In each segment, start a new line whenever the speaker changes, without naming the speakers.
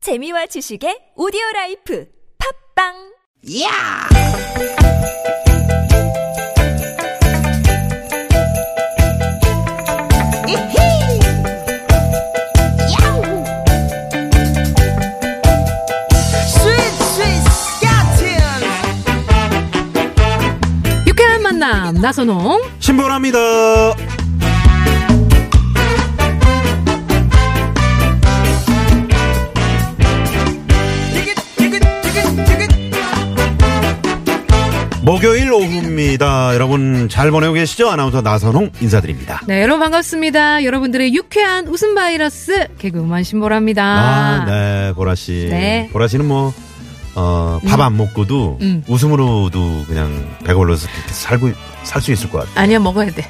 재미와 지식의 오디오 라이프 팝빵!
야! 이히! 야우! 스윗 스윗 스캇틴!
유쾌한 만남 나선홍
신보라입니다.
티켓 티켓 티켓 티켓
목요일 오후입니다. 여러분 잘 보내고 계시죠? 아나운서 나선홍 인사드립니다.
네 여러분 반갑습니다 여러분들의 유쾌한 웃음 바이러스 개그우먼 신보라입니다
아, 네, 보라 씨.
네.
보라 씨는 뭐, 어, 밥 안 먹고도
음.
웃음으로도 그냥 배걸러서 살고, 살 수 있을 것 같아요.
니야 먹어야 돼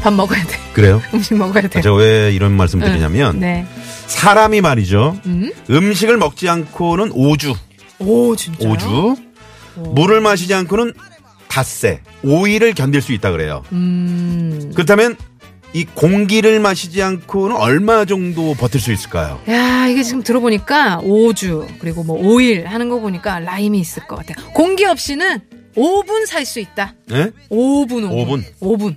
밥
네?
먹어야 돼
그래요?
음식 먹어야 돼
아, 제가 왜 이런 말씀 드리냐면,
네.
사람이 말이죠.
음?
음식을 먹지 않고는 오주
오 진짜요?
오주 물을 마시지 않고는 닷새, 오일을 견딜 수 있다 그래요.
음.
그렇다면 이 공기를 마시지 않고는 얼마 정도 버틸 수 있을까요?
야 이게 지금 들어보니까 오주 그리고 뭐오일 하는 거 보니까 라임이 있을 것 같아요 공기 없이는 오분 살 수 있다
예?
오분오분
오분.
오분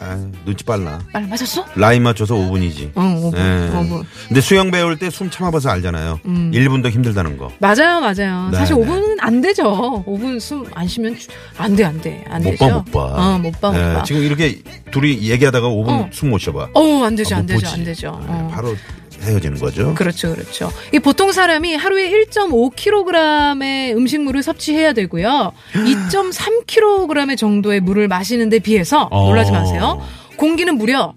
아, 눈치 빨라.
빨리 맞았어?
라인 맞춰서 5분이지. 예.
응 5분
네.
오분
근데 수영 배울 때 숨 참아봐서 알잖아요.
어, 뭐. 음.
1분도 힘들다는 거.
맞아요, 맞아요.
네,
사실
네.
5분은 안 되죠. 5분 숨 안 쉬면 주- 안 돼, 안 돼, 안
못
되죠.
봐, 못 봐.
어, 못 봐, 못
예,
봐.
지금 이렇게 둘이 얘기하다가 5분
어.
숨 못 쉬어봐.
어우, 안 되죠,
아,
안
못
되죠,
보지.
안 되죠.
예,
어.
바로 헤어지는 거죠.
그렇죠, 그렇죠. 이 보통 사람이 하루에 1.5kg의 음식물을 섭취해야 되고요. 2.3kg 정도의 물을 마시는 데 비해서
어.
놀라지 마세요. 공기는 무려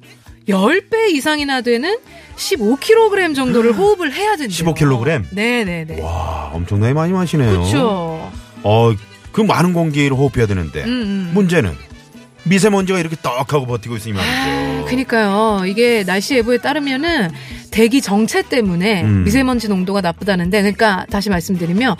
10배 이상이나 되는 15kg 정도를 호흡을 해야 된대요.
15kg?
네, 네, 네.
와, 엄청나게 많이 마시네요.
그렇죠.
어, 그 많은 공기를 호흡해야 되는데.
음, 음.
문제는 미세먼지가 이렇게 떡하고 버티고 있으니 말이죠.
아, 그니까요. 이게 날씨 예보에 따르면은 대기 정체 때문에
음.
미세먼지 농도가 나쁘다는데, 그러니까 다시 말씀드리면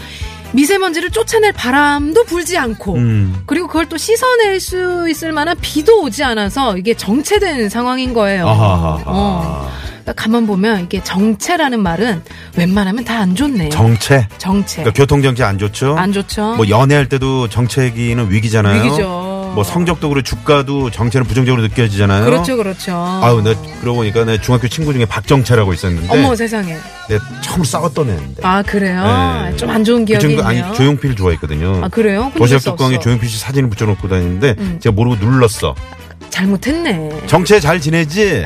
미세먼지를 쫓아낼 바람도 불지 않고,
음.
그리고 그걸 또 씻어낼 수 있을 만한 비도 오지 않아서 이게 정체된 상황인 거예요.
아하하하.
어. 그러니까 가만 보면 이게 정체라는 말은 웬만하면 다 안 좋네요.
정체.
정체.
그러니까 교통 정체 안 좋죠.
안 좋죠.
뭐 연애할 때도 정체기는 위기잖아요.
위기죠.
뭐 성적도 그래 주가도 정체는 부정적으로 느껴지잖아요.
그렇죠, 그렇죠.
어? 아우 나 그러고 보니까 내 중학교 친구 중에 박정채라고 있었는데
어머 세상에.
내가 처음 싸웠던 애인데.
아 그래요?
예.
좀 안 좋은 기억이
그 친구,
있네요.
아니 조용필 좋아했거든요.
아 그래요? 그럼
도시락
있을 수
뚜껑에
없어.
조용필 씨 사진을 붙여놓고 다니는데
음.
제가 모르고 눌렀어.
잘못했네.
정체 잘 지내지?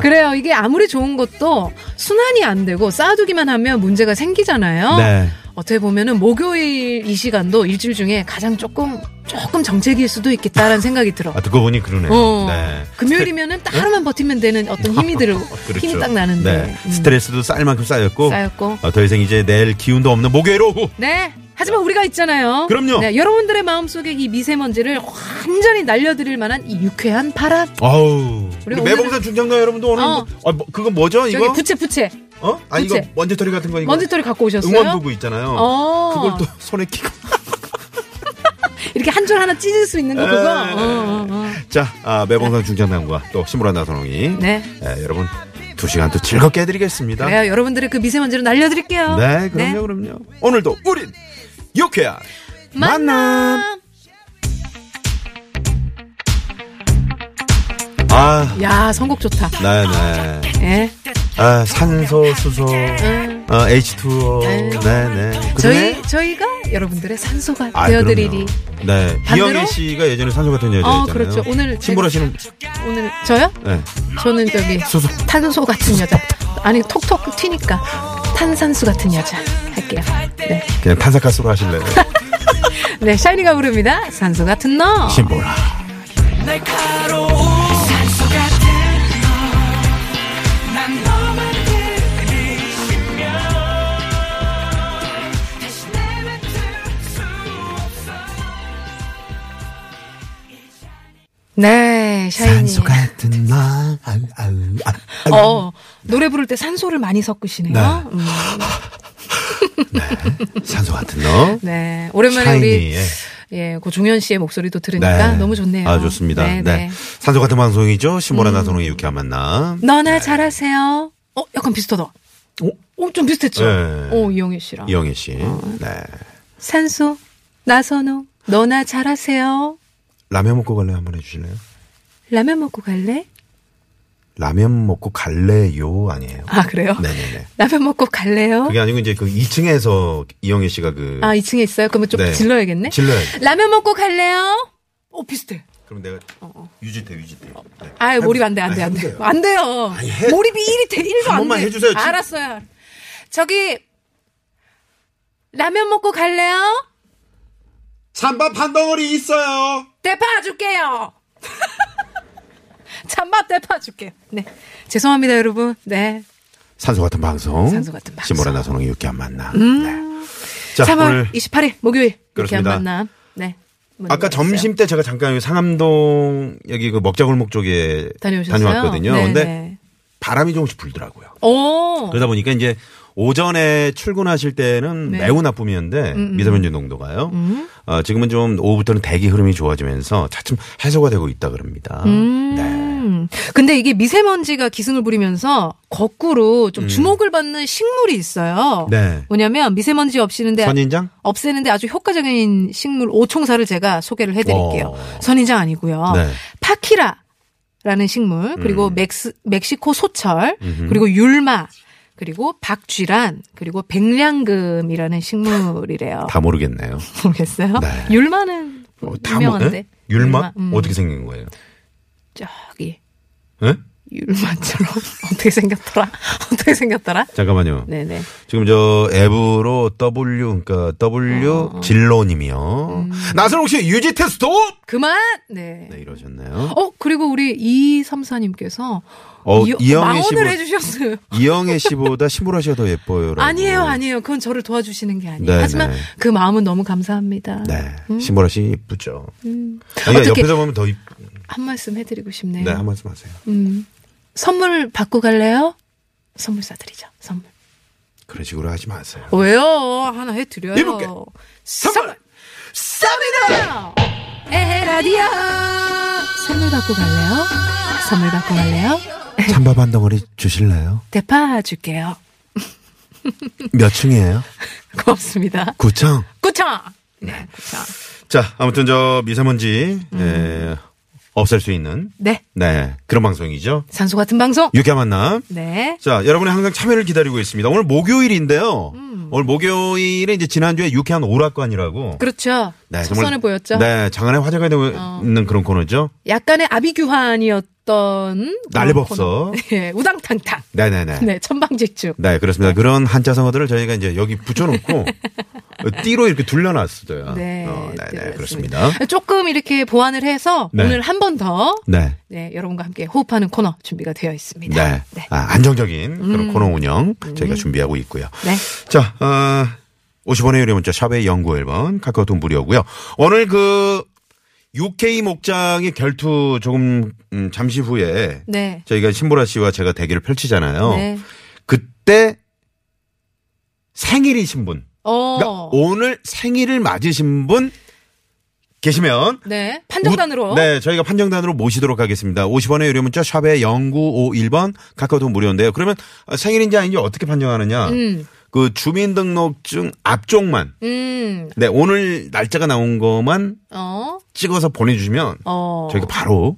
그래요. 이게 아무리 좋은 것도 순환이 안 되고 쌓아두기만 하면 문제가 생기잖아요.
네.
어떻게 보면은 목요일 이 시간도 일주일 중에 가장 조금 조금 정체기일 수도 있겠다라는 생각이 들어.
아 듣고 보니 그러네요.
어.
네.
금요일이면은 딱 하루만 버티면 되는 어떤 힘이 들어
그렇죠.
힘이 딱 나는데
네.
음,
스트레스도 쌓일 만큼 쌓였고
쌓였고.
어, 더 이상 이제 낼 기운도 없는 목요일 오후.
네. 하지만 우리가 있잖아요.
그럼요.
네, 여러분들의 마음속에 이 미세먼지를 완전히 날려드릴 만한 이 유쾌한 바람.
아우. 우리
우리 오늘은-
매봉산 중장로 여러분도 오늘
어.
뭐- 아, 뭐, 그거 뭐죠
저기
이거?
부채 부채.
어? 아 이거
부채.
먼지털이 같은 거 이거.
먼지털이 갖고 오셨어요?
응원 도구 있잖아요.
어.
그걸 또 손에 끼고.
이렇게 한 줄 하나 찢을 수 있는 거 그거.
에.
어, 어, 어.
자, 아, 매봉산 중장단과 또 신보라 나선홍이
네.
예, 여러분 두 시간 또 즐겁게 해드리겠습니다.
그래요. 여러분들의 그 미세먼지를 날려드릴게요.
네, 그럼요, 그럼요. 오늘도 우린 유쾌한 만남.
네.
아,
야, 선곡 좋다.
네, 네.
예.
아, 산소, 수소,
음.
어, H2O, 네, 네.
저희 저희가 여러분들의 산소가
아,
되어드리리.
그럼요. 네.
반대로?
이영애 씨가 예전에 산소 같은 여자였잖아요.
어, 그렇죠. 오늘 제-
신보라 씨는
오늘 저요?
네.
저는 저기
수소.
탄소 같은 여자. 아니 톡톡 튀니까 탄산수 같은 여자 할게요. 네,
그냥 탄산가스로 하실래요?
네 샤이니가 부릅니다. 산소 같은 너.
신보라.
날카로운 산소 같은 넌난 너만을 그리시면 다시 내뱉을 수 없어
네, 샤이니.
산소 같은 날. 아유, 아유, 아유, 아유.
어 노래 부를 때 산소를 많이 섞으시네요.
네.
음,
산소 같은 너.
네. 오랜만에 우리
샤이니의.
예, 고종현 씨의 목소리도 들으니까 그러니까 너무 좋네요. 음.
아, 좋습니다. 네. 산소 같은 방송이죠. 신보라 나선홍의 유쾌한 만남.
너나 잘하세요. 어, 어. 약간 비슷하다. 어, 좀 비슷했죠?
네.
어, 이영애 씨랑.
이영애 씨. 네.
산소, 나선호, 너나 잘하세요.
라면 먹고 갈래 한번 해주실래요?
라면 먹고 갈래?
라면 먹고 갈래요 아니에요?
아, 그래요?
네네네.
라면 먹고 갈래요?
그게 아니고 이제 그 2층에서 이영애 씨가 그
아, 2층에 있어요? 그러면 좀
네.
질러야겠네?
질러요.
라면 먹고 갈래요? 어, 비슷해.
그럼 내가
어,
유지태 유지태. 네.
아유 몰입 안 돼, 안 돼, 안 돼. 안 돼요.
해-
몰입이 1이 돼, 1도
한
안 돼.
번만 해주세요, 지금.
알았어요. 저기, 라면 먹고 갈래요?
산밥 한 덩어리 있어요.
대파 줄게요. 찬밥 대파 줄게요. 네. 죄송합니다, 여러분. 네.
산소 같은 방송.
산소 같은 방송. 음.
신보라 나선홍 유쾌한 만남. 네. 자
3월
오늘
28일 목요일. 이렇게 한
그렇습니다.
만남. 네. 문을
아까
열었어요.
점심 때 제가 잠깐 여기 상암동 여기 그 먹자골목 쪽에
다녀오셨어요?
다녀왔거든요.
네,
근데
네.
바람이 조금씩 불더라고요.
오.
그러다 보니까 이제 오전에 출근하실 때는
네. 음.
매우 나쁨이었는데 미세먼지 농도가요. 어, 지금은 좀 오후부터는 대기 흐름이 좋아지면서 차츰 해소가 되고 있다 그럽니다. 네.
음. 근데 이게 미세먼지가 기승을 부리면서 거꾸로 좀 주목을 받는 식물이 있어요.
음. 네.
뭐냐면 미세먼지 없이는데
선인장?
없애는데 아주 효과적인 식물 오총사를 제가 소개를 해드릴게요.
와.
선인장 아니고요.
어. 네. 음.
파키라. 라는 식물 그리고 멕스, 멕시코 소철 그리고 율마 그리고 박쥐란 그리고 백량금이라는 식물이래요.
다 모르겠네요.
모르겠어요?
네.
율마는
어, 다 모-
유명한데
예? 율마?
음,
어떻게 생긴 거예요?
저기
예?
율마처럼 어떻게 생겼더라? 어떻게 생겼더라?
잠깐만요.
네네.
지금 저 앱으로 W 그러니까 W
어,
진로님이요.
음.
나선홍 씨 유지태 스톱.
그만. 네.
네 이러셨네요.
어 그리고 우리 이삼사님께서
어,
이-
이영애
망언을
씨보-
해주셨어요.
이영애 씨보다 신보라 씨가 더 예뻐요. 라고.
아니에요, 아니에요. 그건 저를 도와주시는 게 아니에요.
네네.
하지만 그 마음은 너무 감사합니다.
네, 신보라 씨 예쁘죠. 아,
음. 어떻게-
그러니까 옆에서 보면 더 이쁘.
한 말씀 해드리고 싶네요.
네, 한 말씀 하세요.
음. 선물 받고 갈래요? 선물 사드리죠. 선물.
그런 식으로 하지 마세요.
왜요? 하나 해드려요.
이분께
선물 쌉니다. 에라디오 선물 받고 갈래요? 선물 받고 갈래요?
찬밥 한 덩어리 주실래요?
대파 줄게요.
몇 층이에요?
고맙습니다.
9층.
구청. 네, 구청.
자, 아무튼 저 미세먼지 에,
음.
없앨 수 있는
네,
네 그런 방송이죠.
산소 같은 방송.
유쾌한 만남.
네.
자, 여러분의 항상 참여를 기다리고 있습니다. 오늘 목요일인데요. 오늘 목요일에 이제 지난주에 유쾌한 오락관이라고.
음. 그렇죠. 첫선을 보였죠. 어.
네, 장안의 화제가 되고 있는 그런 코너죠.
약간의 아비규환이었던
난리법석.
예, 우당탕탕.
네네네. 네.
네, 천방지축.
그렇습니다. 그런 한자성어들을 저희가 이제 여기 붙여놓고 어, 띠로 이렇게 둘려놨어요.
네,
어, 네네,
그렇습니다.
그렇습니다.
조금 이렇게 보완을 해서
네.
오늘 한 번 더
네.
네, 여러분과 함께 호흡하는 코너 준비가 되어 있습니다.
네.
네.
아, 안정적인 그런 코너 운영 저희가 준비하고 있고요.
네.
자, 어, 50원의 유료 문자 샵의 연구 1번 카카오톡 무료고요. 오늘 그 UK 목장의 결투 조금 음, 잠시 후에
네.
저희가 신보라 씨와 제가 대결을 펼치잖아요.
네.
그때 생일이신 분,
어.
그러니까 오늘 생일을 맞으신 분 계시면
네. 판정단으로.
우- 네, 저희가 판정단으로 모시도록 하겠습니다. 50원의 유료 문자 샵에 0951번 카카오톡 무료인데요. 그러면 생일인지 아닌지 어떻게 판정하느냐?
음.
그 주민등록증 앞쪽만
음.
네, 오늘 날짜가 나온 것만
어.
찍어서 보내 주시면
어.
저희가 바로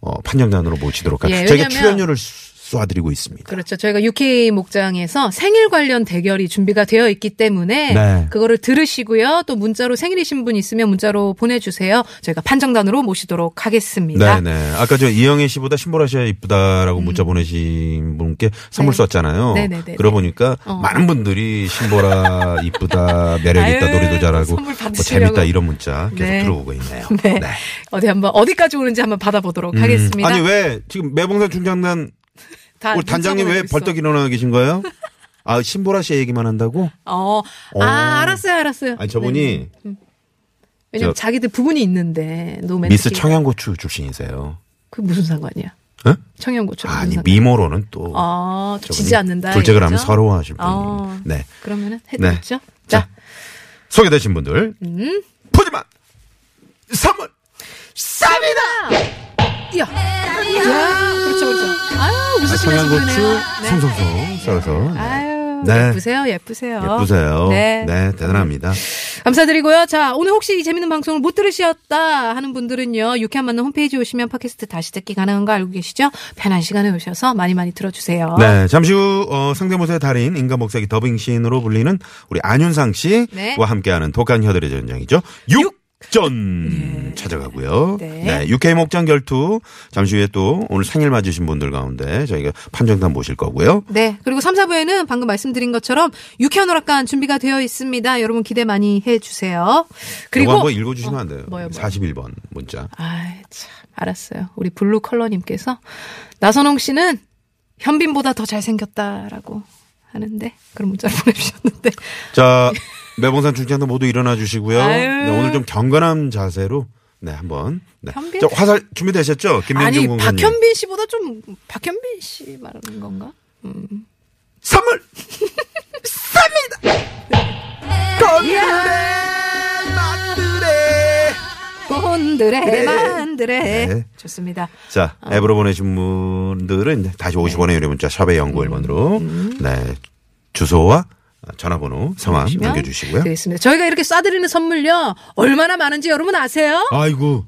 어, 판정단으로 모시도록
예,
하겠습니다. 저희가
왜냐면-
출연료를 쏴 드리고 있습니다.
그렇죠. 저희가 UK 목장에서 생일 관련 대결이 준비가 되어 있기 때문에
네.
그거를 들으시고요. 또 문자로 생일이신 분 있으면 문자로 보내주세요. 저희가 판정단으로 모시도록 하겠습니다. 음.
네네. 아까 저 이영애 씨보다 신보라 씨가 이쁘다라고 문자 보내신 분께 선물
네.
쐈잖아요.
네네네네.
그러고 보니까
어.
많은 분들이 신보라 이쁘다, 매력있다,
아유,
노래도 잘하고
선물
뭐
받으시려고.
재밌다 이런 문자 계속
네.
들어오고 있네요. 음.
네. 어디 한번 어디까지 오는지 한번 받아보도록 하겠습니다.
아니 왜 지금 매봉산 중장단
다
우리 단장님
문자
왜
보내고 있어.
벌떡 일어나 계신 거예요? 아 신보라 씨 얘기만 한다고?
어.
어.
아, 알았어요, 알았어요.
아니
네,
저분이
왜냐면
저-
자기들 부분이 있는데 노맨
미스 청양고추 출신이세요.
그게 무슨 상관이야?
어?
청양고추.
아니 미모로는 또
아,
저분이
지지 않는다.
둘째를 하면
이거죠?
서러워하실 분이.
어.
네.
그러면은 해드렸죠.
자.
자, 음.
소개되신 분들 푸짐한 선물
쌉니다. 야, 야, 그렇죠, 그렇죠. 아유, 무슨
청양고추 송송송 썰어서 네.
아유,
네.
예쁘세요, 예쁘세요.
예쁘세요.
네.
대단합니다.
감사드리고요. 자, 오늘 혹시 이 재밌는 방송을 못 들으셨다 하는 분들은요, 유쾌한 만남 홈페이지 오시면 팟캐스트 다시 듣기 가능한 거 알고 계시죠? 편한 시간에 오셔서 많이 많이 들어주세요.
네, 잠시 후 어, 상대모사의 달인 인간 목사기 더빙 신으로 불리는 우리 안윤상 씨와
네.
함께하는 독한 혀들의 전장이죠. 육 전 찾아가고요.
예. 네.
네. UK 목장 결투 잠시 후에 또 오늘 생일 맞으신 분들 가운데 저희가 판정단 모실 거고요.
네. 그리고 3, 4부에는 방금 말씀드린 것처럼 유쾌한 오락관 준비가 되어 있습니다. 여러분 기대 많이 해주세요.
그리고
그리고.
한번 읽어주시면 안 돼요.
어, 뭐요, 뭐요?
41번 문자.
아, 참. 알았어요. 우리 블루 컬러님께서 나선홍 씨는 현빈보다 더 잘생겼다라고 하는데 그런 문자를 보내주셨는데
자, 매봉산 출장도 모두 일어나 주시고요.
아유.
네, 오늘 좀 경건한 자세로 네 한번 네.
현빈?
자, 화살 준비되셨죠?
아니
김민중 공사님.
박현빈 씨보다 좀 박현빈 씨 말하는 건가?
선물
본드레 만드레
네.
좋습니다.
자,
어.
앱으로 보내신 분들은 이제 다시 50원의 유료 문자 샵의
음.
연구 1번으로 네. 주소와 전화번호 성함
보내주시면
남겨 주시고요.
되겠습니다. 저희가 이렇게 쏴드리는 선물요 얼마나 많은지 여러분 아세요?
아이고.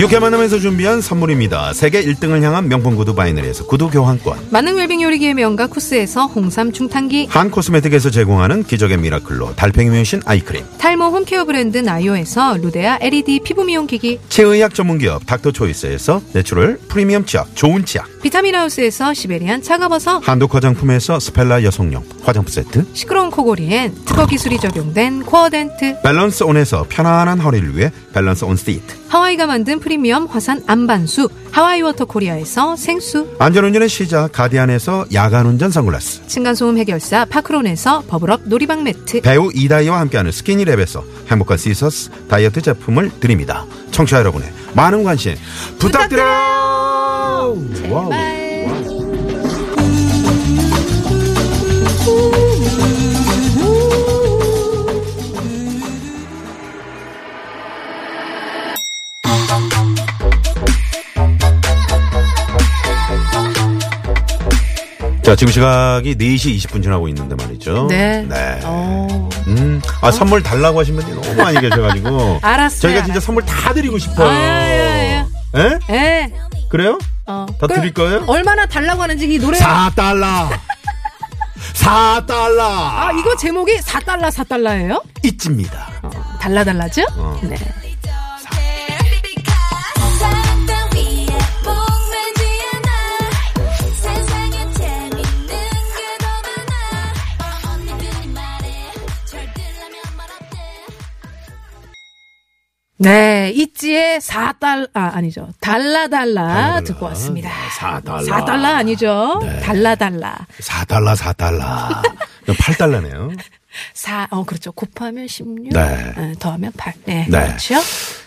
육회 만남에서 준비한 선물입니다. 세계 1등을 향한 명품 구두 바이너리에서 구두 교환권.
만능 웰빙 요리기의 명가 쿠스에서 홍삼 중탕기
한 코스메틱에서 제공하는 기적의 미라클로 달팽이 뮤신 아이크림.
탈모 홈케어 브랜드 나요에서 루데아 LED 피부 미용 기기
치의학 전문기업 닥터초이스에서 내추럴 프리미엄 치약 좋은 치약.
비타민 하우스에서 시베리안 차가버섯
한독 화장품에서 스펠라 여성용 화장품 세트.
시끄러운 코골이엔 특허 기술이 적용된 코어 덴트
밸런스 온에서 편안한 허리를 위해 밸런스 온 시트.
하와이가 만든 프리미엄 화산 안반수 하와이 워터 코리아에서 생수
안전운전의 시작 가디안에서 야간운전 선글라스
층간소음 해결사 파크론에서 버블업 놀이방 매트
배우 이다희와 함께하는 스키니랩에서 행복한 시서스 다이어트 제품을 드립니다 청취자 여러분의 많은 관심 부탁드려요 와우. 자 지금 시각이 4시 20분 지나고 있는데 말이죠
네.
네.
어.
음, 아 선물 달라고 하신 분이 너무 많이 계셔가지고
알았어요,
저희가 진짜
알았어요.
선물 다 드리고 싶어요
아, 예,
예?
예.
그래요?
어.
다
그럼
드릴 거예요?
얼마나 달라고 하는지 이 노래
4달러 4달러
아 이거 제목이 4달러 4달러예요?
있집니다
어, 달라 달라죠?
어.
네. 네, 있지의 4달러, 아, 아니죠. 달라달라 듣고 왔습니다.
사 달러. 네.
4달러 아니죠. 달라달라.
4달러 4달러 8달러네요
4, 어, 그렇죠. 곱하면 16.
네.
어, 더하면 8. 네.
네.
그렇죠.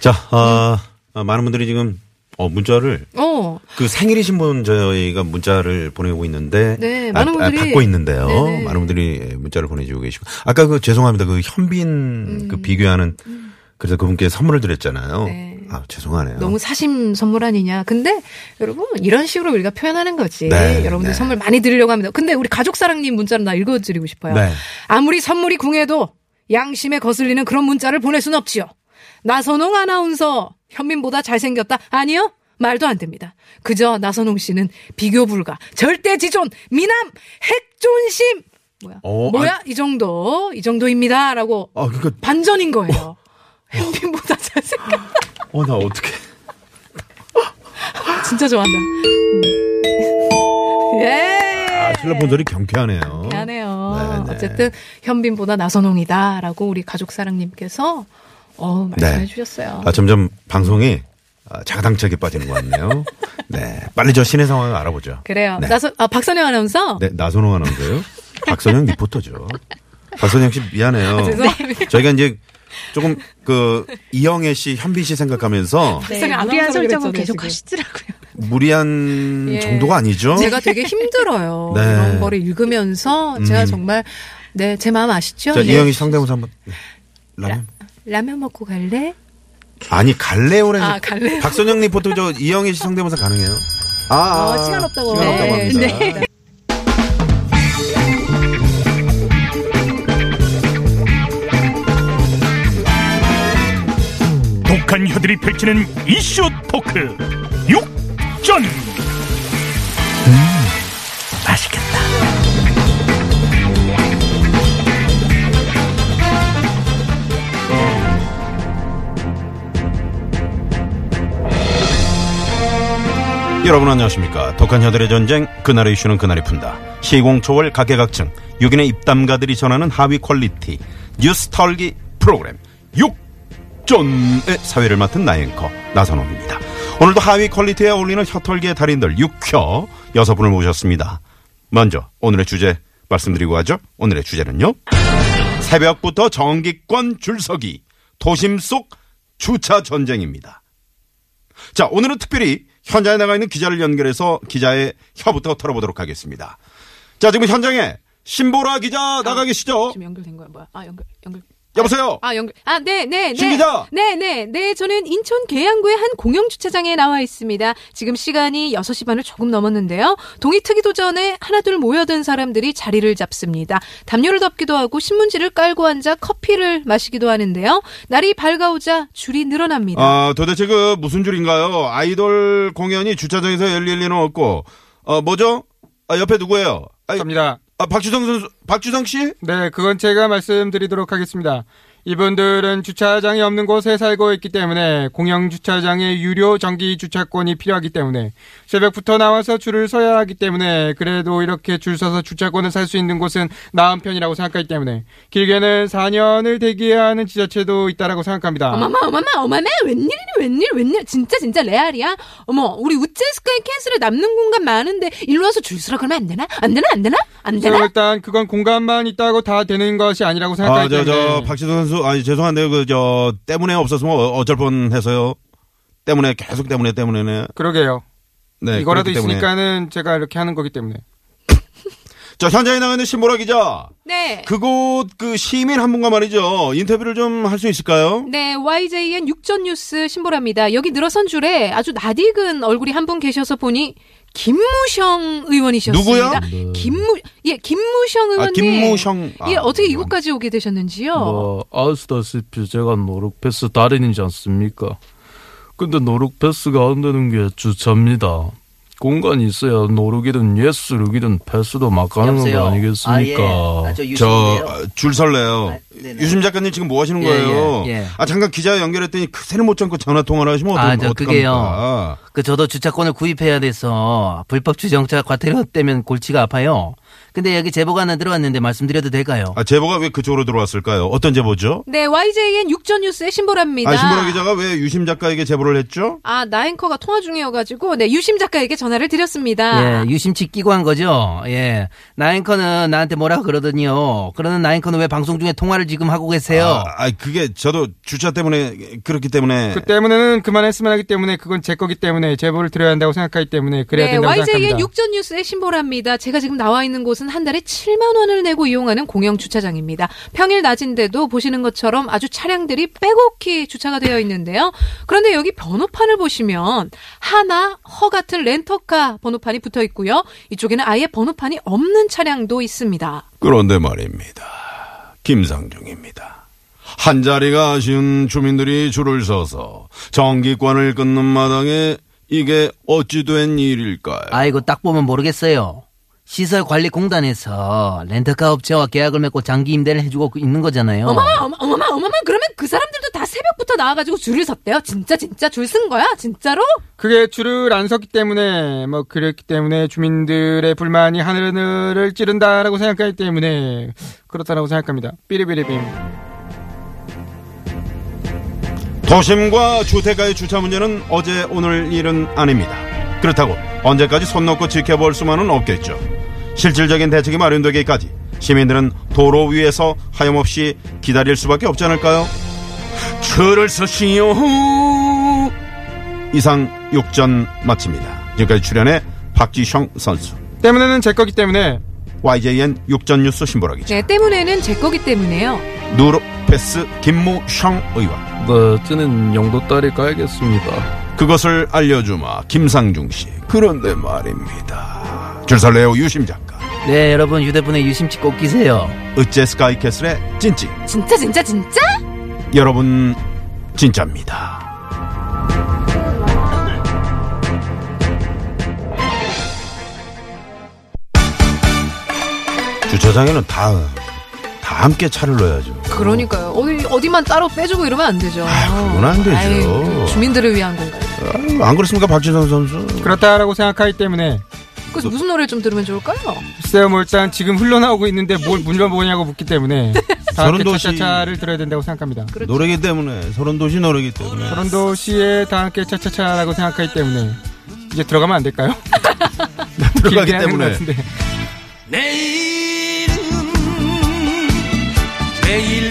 자 어, 어, 많은 분들이 지금 어, 문자를
어,
그 생일이신 분 저희가 문자를 보내고 있는데
네,
아,
많은
아,
분들이-
받고 있는데요.
네네.
많은 분들이 문자를 보내주고 계시고 아까 그 죄송합니다 그 현빈 그 비교하는 그래서 그분께 선물을 드렸잖아요.
음. 네.
아 죄송하네요.
너무 사심 선물 아니냐. 근데 여러분, 이런 식으로 우리가 표현하는 거지.
네,
여러분들
네.
선물 많이 드리려고 합니다. 근데 우리 가족사랑님 문자를 나 읽어드리고 싶어요.
네.
아무리 선물이 궁해도 양심에 거슬리는 그런 문자를 보낼 순 없지요. 나선홍 아나운서, 현민보다 잘생겼다. 아니요? 말도 안 됩니다. 그저 나선홍 씨는 비교 불가, 절대 지존, 미남, 핵존심! 뭐야?
어,
뭐야? 이 정도, 이 정도입니다. 라고.
아 그니까
반전인
어.
거예요. 현빈보다 잘생겼다.
어나 어떻게
진짜 좋아한다.
아
예.
실로폰 소리 경쾌하네요.
미안해요.
네, 네.
어쨌든 현빈보다 나선홍이다라고 우리 가족 사랑님께서 어 말씀해
네.
주셨어요.
아 점점 방송이 아, 자가당착에 빠지는 것 같네요. 네 빨리 저 신의 상황을 알아보죠.
그래요.
네.
나선 아 박선영 아나운서
네, 나선홍 아나운서요. 박선영 리포터죠. 박선영 씨 미안해요.
아, 죄송합니다.
저희가 이제 조금 그 이영애 씨, 현빈 씨 생각하면서
박선영
무리한
네, 아나운서라고 그랬잖아요,
설정을 계속
지금.
하시더라고요.
예.
무리한 정도가 아니죠.
제가 되게 힘들어요.
네. 음.
이런 거를 읽으면서 제가 정말 네, 제 마음 아시죠?
자,
네.
이영희 씨 상대모사 한번. 라면?
라면 먹고 갈래?
아니, 갈래오라는.
아, 갈래요?
박선영 리포터 저 이영희 씨 상대모사 가능해요? 아, 아,
어, 시간 없다고.
시간 없다고
네,
합니다.
독한 혀들이 펼치는 이슈 토크 육전 맛있겠다
여러분 안녕하십니까. 독한 혀들의 전쟁, 그날의 이슈는 그날이 푼다. 시공초월 각계각층, 6인의 입담가들이 전하는 하위 퀄리티, 뉴스 털기 프로그램, 6전의 사회를 맡은 나앵커, 나선홍입니다. 오늘도 하위 퀄리티에 어울리는 혀털기의 달인들, 6혀, 여섯 분을 모셨습니다. 먼저, 오늘의 주제 말씀드리고 하죠. 오늘의 주제는요. 새벽부터 정기권 줄서기, 도심 속 주차 전쟁입니다. 자, 오늘은 특별히 현장에 나가 있는 기자를 연결해서 기자의 혀부터 털어보도록 하겠습니다. 자, 지금 현장에 신보라 기자 나가 계시죠?
지금 연결된 거야, 뭐야? 아, 연결, 연결.
여보세요?
아, 연결. 아, 네, 네, 네.
신 기자!
네, 네, 네. 저는 인천 계양구의 한 공영 주차장에 나와 있습니다. 지금 시간이 6시 반을 조금 넘었는데요. 동이 트기도 전에 하나둘 모여든 사람들이 자리를 잡습니다. 담요를 덮기도 하고 신문지를 깔고 앉아 커피를 마시기도 하는데요. 날이 밝아오자 줄이 늘어납니다.
아, 도대체 그 무슨 줄인가요? 아이돌 공연이 주차장에서 열릴 리는 없고, 어, 뭐죠? 아, 옆에 누구예요? 아,
갑니다.
아, 박주성 선수, 박주성 씨?
네, 그건 제가 말씀드리도록 하겠습니다. 이분들은 주차장이 없는 곳에 살고 있기 때문에 공영 주차장의 유료 정기 주차권이 필요하기 때문에 새벽부터 나와서 줄을 서야 하기 때문에 그래도 이렇게 줄 서서 주차권을 살 수 있는 곳은 나은 편이라고 생각하기 때문에 길게는 4년을 대기해야 하는 지자체도 있다라고 생각합니다.
어머마 어머마 어머마 웬일이니 웬일 웬일 진짜 진짜 레알이야 어머 우리 우째 스카이 캔슬에 남는 공간 많은데 일로 와서 줄 서라 그러면 안 되나 안 되나 안 되나 안
그래서
되나
일단 그건 공간만 있다고 다 되는 것이 아니라고
아,
생각하기
저,
때문에 네.
저, 박주성 선수, 아니, 죄송한데요. 그, 저, 때문에 없었으면 어- 어쩔 뻔 해서요. 때문에, 계속 때문에, 때문에.
그러게요.
네.
이거라도
그렇기 때문에.
있으니까는 제가 이렇게 하는 거기 때문에
저, 현장에 나가 있는 신보라 기자.
네.
그곳 그 시민 한 분과 말이죠 인터뷰를 좀 할 수 있을까요?
네, YJN 육전 뉴스 신보라입니다. 여기 늘어선 줄에 아주 낯익은 얼굴이 한 분 계셔서 보니 김무성 의원이셨습니다. 김무 예, 김무성 의원님.
아, 김무성. 아,
예, 어떻게
의원.
이곳까지 오게 되셨는지요?
뭐
어.
아시다시피 제가 노룩패스 달인이지 않습니까? 근데 노룩패스가 안 되는 게 주차입니다. 공간이 있어야 노룩이든 예스룩이든 패스도 막 가능한
여보세요?
거 아니겠습니까?
아, 예. 아, 저 유신인데요.
저 줄 설레요.
아, 네네.
유심 작가님 지금 뭐 하시는
예,
거예요?
예, 예.
아 잠깐 기자 연결했더니 새는 못 참고 전화 통화를 하시면 어떡,
아, 저
어떡합니까?
그게요. 그 저도 주차권을 구입해야 돼서 불법 주정차 과태료 때문에 골치가 아파요. 근데 여기 제보가 하나 들어왔는데 말씀드려도 될까요?
아 제보가 왜 그쪽으로 들어왔을까요? 어떤 제보죠?
네, YJN 육전 뉴스의 신보라입니다.
아 신보라 기자가 왜 유심 작가에게 제보를 했죠?
아, 나앵커가 통화 중이어가지고, 네, 유심 작가에게 전화를 드렸습니다.
예, 유심치 끼고 한 거죠. 예, 나앵커는 나한테 뭐라 그러더니요. 그러는 나앵커는 왜 방송 중에 통화를 지금 하고 계세요?
아, 아, 그게 저도 주차 때문에 그렇기 때문에
그 때문에는 그만했으면 하기 때문에 그건 제 거기 때문에 제보를 드려야 한다고 생각하기 때문에 그래야
네,
된다고
YJN
생각합니다.
육전 뉴스의 신보라입니다. 제가 지금 나와 있는 곳은 한 달에 7만 원을 내고 이용하는 공영 주차장입니다. 평일 낮인데도 보시는 것처럼 아주 차량들이 빼곡히 주차가 되어 있는데요. 그런데 여기 번호판을 보시면 하나 허 같은 렌터카 번호판이 붙어 있고요. 이쪽에는 아예 번호판이 없는 차량도 있습니다.
그런데 말입니다. 김상중입니다. 한 자리가 아쉬운 주민들이 줄을 서서 정기권을 끊는 마당에 이게 어찌 된 일일까요?
아이고 딱 보면 모르겠어요. 시설관리공단에서 렌터카 업체와 계약을 맺고 장기 임대를 해주고 있는 거잖아요.
어머마, 어머, 어머마, 어머마, 그러면 그 사람들도 다 새벽부터 나와가지고 줄을 섰대요. 진짜, 진짜 줄 쓴 거야? 진짜로?
그게 줄을 안 섰기 때문에 뭐 그랬기 때문에 주민들의 불만이 하늘을 찌른다라고 생각하기 때문에 그렇다라고 생각합니다. 삐리비리빔.
도심과 주택가의 주차 문제는 어제 오늘 일은 아닙니다. 그렇다고 언제까지 손 놓고 지켜볼 수만은 없겠죠. 실질적인 대책이 마련되기까지 시민들은 도로 위에서 하염없이 기다릴 수밖에 없지 않을까요? 줄을 서시오. 이상 육전 마칩니다. 지금까지 출연해 박지성 선수.
때문에는 제 거기 때문에
YJN 육전뉴스 신보라 기자
네, 때문에는 제 거기 때문에요.
누로패스 김무성 의원
네, 저는 영도 딸이 가야겠습니다.
그것을 알려주마 김상중 씨 그런데 말입니다 줄설레오 유심 작가
네, 여러분 휴대폰에 유심칩 꼭 끼세요.
어째 스카이캐슬의 찐찐
진짜, 진짜, 진짜?
여러분 진짜입니다 주차장에는 다 다 함께 차를 넣어야죠
그러니까요. 어디, 어디만 따로 빼주고 이러면 안 되죠.
아, 그건 안 되죠.
아유, 주민들을 위한 건가요?
아유, 안 그렇습니까 박지성 선수
그렇다라고 생각하기 때문에
그래서 무슨 노래 좀 들으면 좋을까요?
글쎄요 뭐 일단 지금 흘러나오고 있는데 뭘 물어보냐고 묻기 때문에 다 함께
서른도시.
차차차를 들어야 된다고 생각합니다
그렇죠.
노래기 때문에 서른도시 노래기 때문에
서른도시에 다 함께 차차차라고 생각하기 때문에 이제 들어가면 안 될까요?
들어가기
길게 하는 것
때문에.
같은데.
내일은 매일